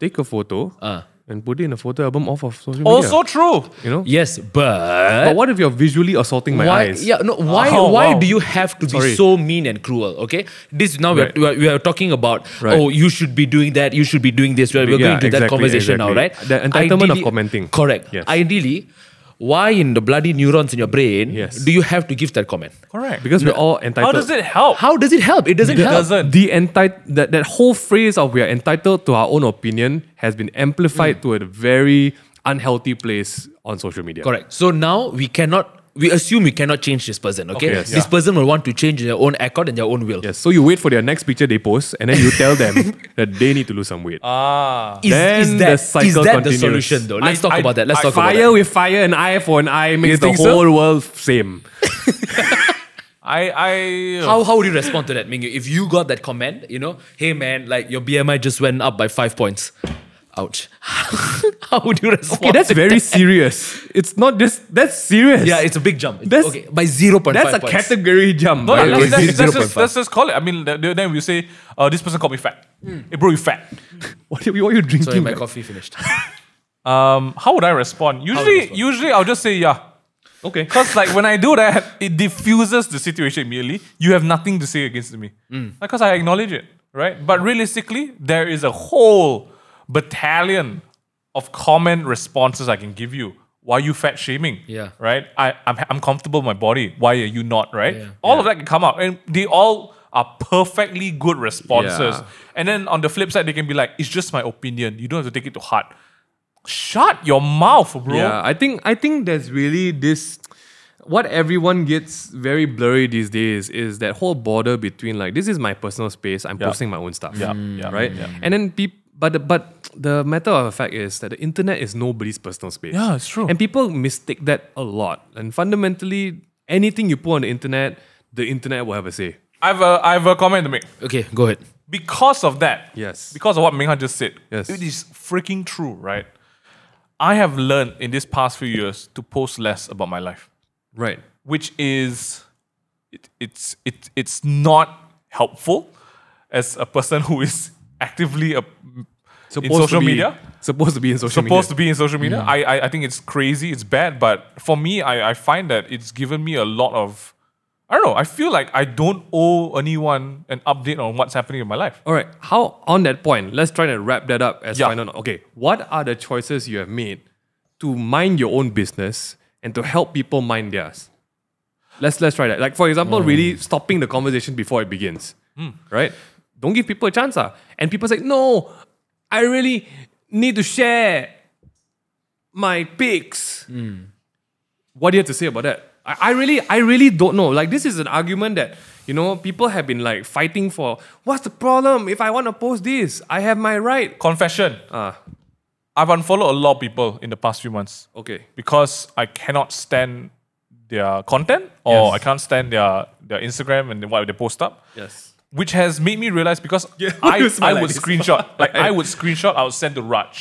take a photo
Uh.
and put it in a photo album off of social media.
also true.
you know.
Yes, but,
But what if you're visually assaulting my
why?
eyes?
Yeah, no. Why?
Oh,
why
wow.
do you have to
Sorry.
be so mean and cruel? Okay, this now
Right.
we're, we are talking about.
Right.
Oh, you should be doing that. You should be doing this. We're, we're
Yeah,
going to that
exactly,
conversation now, right?
exactly. The entitlement of commenting.
Correct.
Yes.
Ideally, why in the bloody neurons in your brain
Yes.
do you have to give that comment?
Correct.
Because we're all entitled.
How does it help?
How does it help? It doesn't
It
help.
doesn't.
The enti- that, Mm. that whole phrase of we are entitled to our own opinion has been amplified to a very unhealthy place on social media.
Correct. So now we cannot. We assume we cannot change this person. Okay,
Okay, yes.
this
Yeah.
person will want to change their own accord and their own will.
Yes. So you wait for their next picture they post, and then you tell them that they need to lose some weight.
Ah.
Is,
Then
is
the
that, is
cycle
that the
continues.
solution though? Let's
I-
talk
I-
about that. Let's
I
talk about
fire
that.
with fire, an eye for an eye makes the
think
whole
so?
world same.
I I
How, how would you respond to that, Mingyu? If you got that comment, you know, hey man, like your BMI just went up by five points. Ouch. how would you respond?
Okay, that's
to
very
that?
serious. It's not just that's serious.
Yeah, it's a big jump.
That's-
okay, by 0.5
that's a
points.
category jump.
No,
by
no,
the
let's,
way.
let's-
it's
let's
0.5.
just, let's just call it. I mean, th- th- then we say, uh, this person called me fat.
Hmm.
Hey, bro, you fat.
What are you, what are you drinking?
Sorry, my
man?
coffee finished.
Um, how would I respond? Usually,
respond?
usually I'll just say yeah,
Okay.
because like when I do that, it diffuses the situation immediately. You have nothing to say against me because I acknowledge it, right? But realistically, there is a whole battalion of common responses I can give you. Why are you fat shaming?
Yeah.
Right? I, I'm, I'm comfortable with my body. Why are you not? Right?
Yeah.
All of that can come out. And they all are perfectly good responses.
Yeah.
And then on the flip side, they can be like, it's just my opinion. You don't have to take it to heart. Shut your mouth, bro.
Yeah, I think I think there's really this what everyone gets very blurry these days is that whole border between like this is my personal space, I'm
Yeah.
posting my own stuff.
Yeah, Mm. yeah,
Right? And then people but the, but the matter of fact is that the internet is nobody's personal space.
Yeah, it's true.
And people mistake that a lot. And fundamentally, anything you put on the internet, the internet will have a say.
I've a, I've a comment to make.
okay, go ahead.
Because of that,
Yes.
because of what Minghan just said,
Yes.
it is freaking true, right? I have learned in these past few years to post less about my life.
Right.
which is it, it's it, it's not helpful as a person who is actively a, in social
to be,
media
Supposed to be in social
supposed to
media.
be in social media I, I i think it's crazy it's bad but for me i i find that it's given me a lot of i don't know i feel like i don't owe anyone an update on what's happening in my life
All right. How on that point? Let's try to wrap that up as
Yeah.
final. note. Okay. What are the choices you have made to mind your own business and to help people mind theirs? Let's let's try that. Like for example, really stopping the conversation before it begins. Right. Don't give people a chance. Ah. And people say, no, I really need to share my pics. What do you have to say about that? I, I really, I really don't know. Like this is an argument that you know people have been like fighting for. What's the problem? If I want to post this, I have my right.
confession
Ah,
i've unfollowed a lot of people in the past few months
okay.
because I cannot stand their content or
Yes.
I can't stand their their Instagram and what they post up.
Yes.
Which has made me realize because
why
I,
you smile
I
like
would
this?
screenshot like I would screenshot I would send to Raj.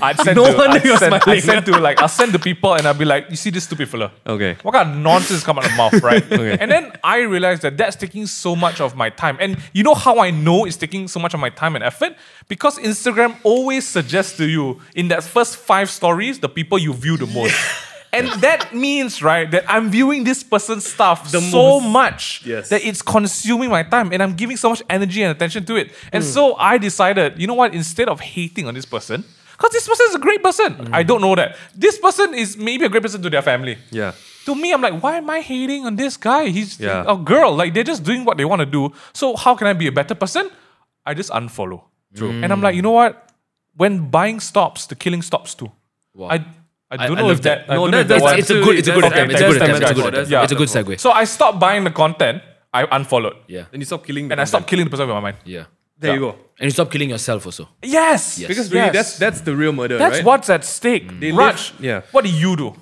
I'd send
No
to
wonder
I'd
you're
send, I'd
smiling.
send to like I'll send to people and I'll be like, you see this stupid fella.
Okay.
What kind of nonsense come out of mouth, right? And then I realized that that's taking so much of my time. And you know how I know it's taking so much of my time and effort? Because Instagram always suggests to you in that first five stories the people you view the most. And that means, right, that I'm viewing this person's stuff so much
Yes.
that it's consuming my time and I'm giving so much energy and attention to it. And so I decided, you know what, instead of hating on this person, because this person is a great person. I don't know that. This person is maybe a great person to their family
Yeah.
to me, I'm like, why am I hating on this guy? He's
Yeah.
a girl. Like they're just doing what they want to do. So how can I be a better person? I just unfollow. True. And I'm like, you know what? When buying stops, the killing stops too. I I
I-
don't
I
know
love
if that.
that.
I
No,
don't
that-
know if that
that's-
was-
It's a good, it's a good
Okay,
attempt. It's a good
that's
attempt. It's a good
that's-
attempt.
yeah.
It's a good segue.
So I stopped buying the content. I unfollowed.
yeah,
Then you stop killing.
And I stopped killing the person with my mind.
yeah.
There
Yeah.
you go.
And you stop killing yourself also.
Yes.
Because really,
Yes.
that's that's the real murder.
that's
right?
what's at stake.
They
Raj,
live- yeah.
what do you do?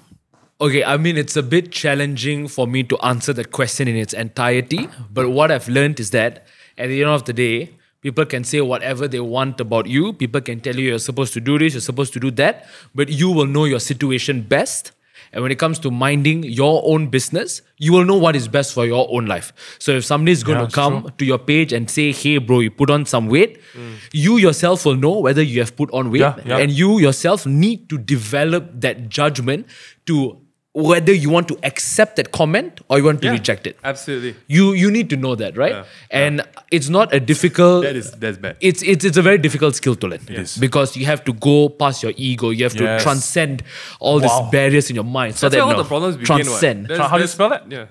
Okay, I mean, it's a bit challenging for me to answer that question in its entirety, but what I've learned is that at the end of the day, people can say whatever they want about you. People can tell you you're supposed to do this, you're supposed to do that, but you will know your situation best. And when it comes to minding your own business, you will know what is best for your own life. So if somebody's going
Yeah,
to
it's
come to your page and say, hey, bro, you put on some weight, you yourself will know whether you have put on weight
Mm. Yeah, yeah.
and you yourself need to develop that judgment to whether you want to accept that comment or you want to reject it.
Absolutely.
You you need to know that, right? And it's not a difficult
That is that's bad.
it's it's it's a very difficult skill to learn. Because you have to go past your ego, you have to
Yes.
transcend all
Wow.
these barriers in your mind. So
that's
that
where all
no,
the problems begin. what?
transcend
That's-
How do you
that's-
spell that?
Yeah.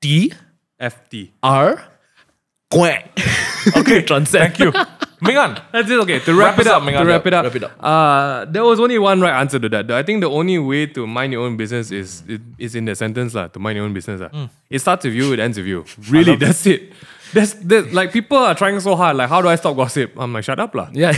T
F T.
R Quack. Okay, transcend.
Thank you. Ming An.
That's it. Okay, to wrap,
us
it
up,
up,
Ming
to
An.
wrap it up.
Wrap it up.
Uh, there was only one right answer to that. though. I think the only way to mind your own business is it, is in the sentence lah. To mind your own business lah. It starts with you. It ends with you. Really, that's it. That's, that's like people are trying so hard. Like, how do I stop gossip? I'm like, shut up lah.
Yeah.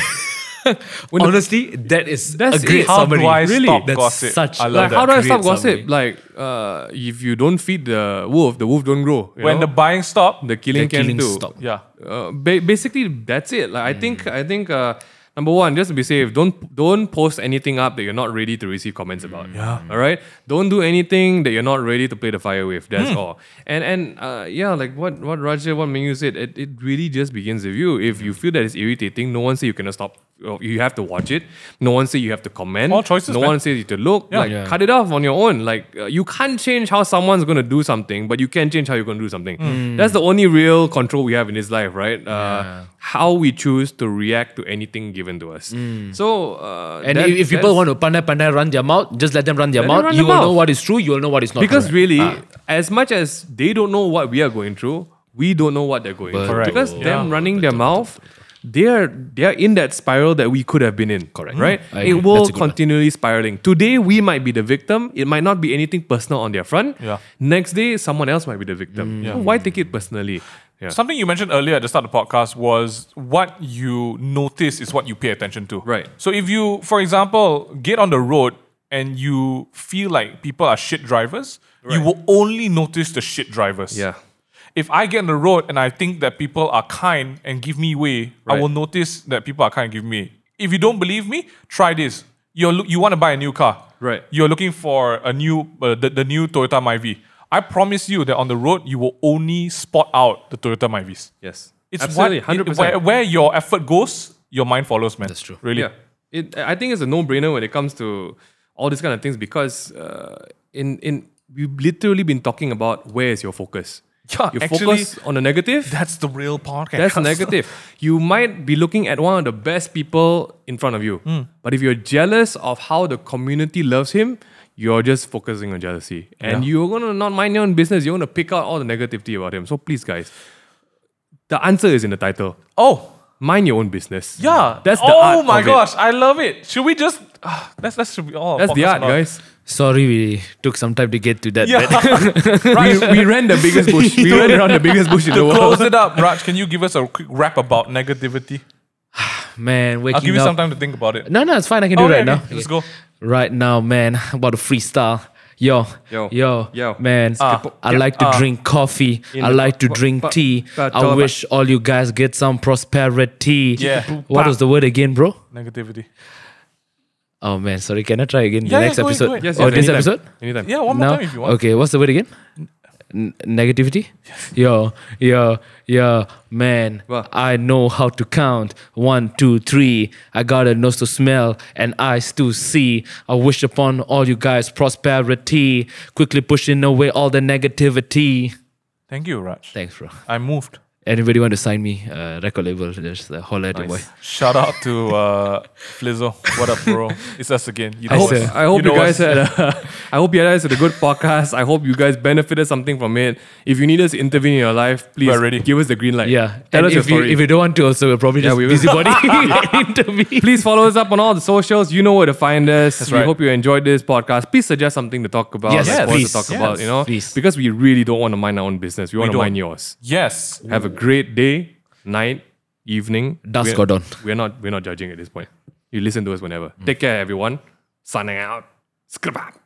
Honestly, that is
That's
a great
it.
How
summary.
do I
Really?
stop
That's
gossip?
such-
I love
Like,
that.
how do I stop
Great
gossip?
summary.
Like, uh, if you don't feed the wolf, the wolf don't grow. you
when
know?
the buying stop,
the killing
The
can
killing
do.
stop.
yeah.
Uh, ba- basically, that's it. Like, I think, I think. Uh, Number one, just to be safe, don't don't post anything up that you're not ready to receive comments about.
Mm.
Yeah. All right. Don't do anything that you're not ready to play the fire with. That's
Mm.
all. And and uh, yeah, like what what Raja, what Mingyu said, it, it really just begins with you. If
Mm.
you feel that it's irritating, no one say you cannot stop. or You have to watch it. No one say you have to comment.
All choices,
No
man.
one says you to look. like
Yeah.
cut it off on your own. Like uh, you can't change how someone's gonna do something, but you can change how you're gonna do something.
Hmm.
That's the only real control we have in this life, right? Uh, How we choose to react to anything given to us. So, uh,
Hmm. And
that-
if, if people
that's-
want to pandai pandai run their mouth, just let them run their
Let them
mouth.
run
you
their
will know
mouth.
what is true. You will know what is not.
because
correct. Ah.
really, as much as they don't know what we are going through, we don't know what they're going through.
Correct.
Because
Yeah.
them running their mouth, they're they're in that spiral that we could have been in. Correct. Right?
I agree.
It will
That's a good one.
continually spiraling. Today we might be the victim. It might not be anything personal on their front.
Yeah. Mm.
Next day, someone else might be the victim. So Why take it personally? Yeah.
Something you mentioned earlier at the start of the podcast was what you notice is what you pay attention to.
Right.
So if you, for example, get on the road and you feel like people are shit drivers, you will only notice the shit drivers.
yeah.
If I get on the road and I think that people are kind and give me way, I
Right.
will notice that people are kind and give me. If you don't believe me, try this. You're loo- you want to buy a new car.
Right.
You're looking for a new uh, the, the new Toyota Myvi. I promise you that on the road you will only spot out the Toyota Myvis.
Yes.
It's
Absolutely,
what it-
100%.
where, where your effort goes, your mind follows, man. That's
true.
Really.
Yeah, it, I think it's a no-brainer when it comes to all these kind of things because uh, in in we've literally been talking about where is your focus.
Yeah,
you
actually,
focus on the negative.
That's the real podcast.
that's negative. You might be looking at one of the best people in front of you,
Hmm.
but if you're jealous of how the community loves him, you're just focusing on jealousy, and you're gonna not mind your own business. You're gonna pick out all the negativity about him. So please, guys, the answer is in the title.
Oh,
Mind your own business.
yeah.
that's the
oh
art
my
of it.
gosh, I love it. Should we just? Uh, that's that's should be all.
That's the
podcast
art,
about.
guys.
sorry, we took some time to get to that.
Yeah.
bit.
we, we ran the biggest bush. We ran around the biggest bush in the
Close
world.
it up, Raj. Can you give us a quick rap about negativity?
man, waking
I'll give you
up.
some time to think about it.
No, no, it's fine. I can do
Okay,
it right
okay,
now.
let's go.
Right now, man, about a freestyle. Yo,
Yo.
yo,
Yo.
man.
Ah.
I like to
Ah.
drink coffee. I like to
bu-
drink
bu-
tea.
bu-
I
bu-
wish all you guys get some prosperity.
Yeah.
What was the word again, bro?
Negativity.
Oh man, sorry. Can I try again?
Yeah,
the
yeah,
next
go ahead,
episode.
go ahead.
Yes,
or
yes,
this
Oh, anytime.
episode.
Anytime.
Yeah, one more time if you want.
Okay, what's the word again? N- negativity? Yo, yo, yo, man.
What?
I know how to count. One, two, three. I got a nose to smell and eyes to see. I wish upon all you guys prosperity. Quickly pushing away all the negativity.
Thank you, Raj.
Thanks, bro.
I moved.
Anybody want to sign me? Uh, record label. Just uh, holler at the boy.
Shout out to uh, Flizzo. What up, bro? It's us again. You know
I
us.
see.
I hope you,
know
guys
us.
had a, I hope you guys had a good podcast. I hope you guys benefited something from it. If you need us to intervene in your life, please
We're ready.
give us the green light.
Yeah.
Tell
and
us
if
your
you
story.
if you don't want to, also we'll probably just
we will.
busybody interview.
please follow us up on all the socials. You know where to find us. we
right.
hope you enjoyed this podcast. Please suggest something to talk about.
Yes,
like, for us
please.
to talk
Yes,
about, you know?
please.
Because we really don't want to mind our own business. We want to
don't.
mind yours.
Yes.
Have a great day, night, evening.
Dusk
We're-
or dawn.
We're not we're not judging at this point. You listen to us whenever. Take care, everyone. Signing out. Skribak.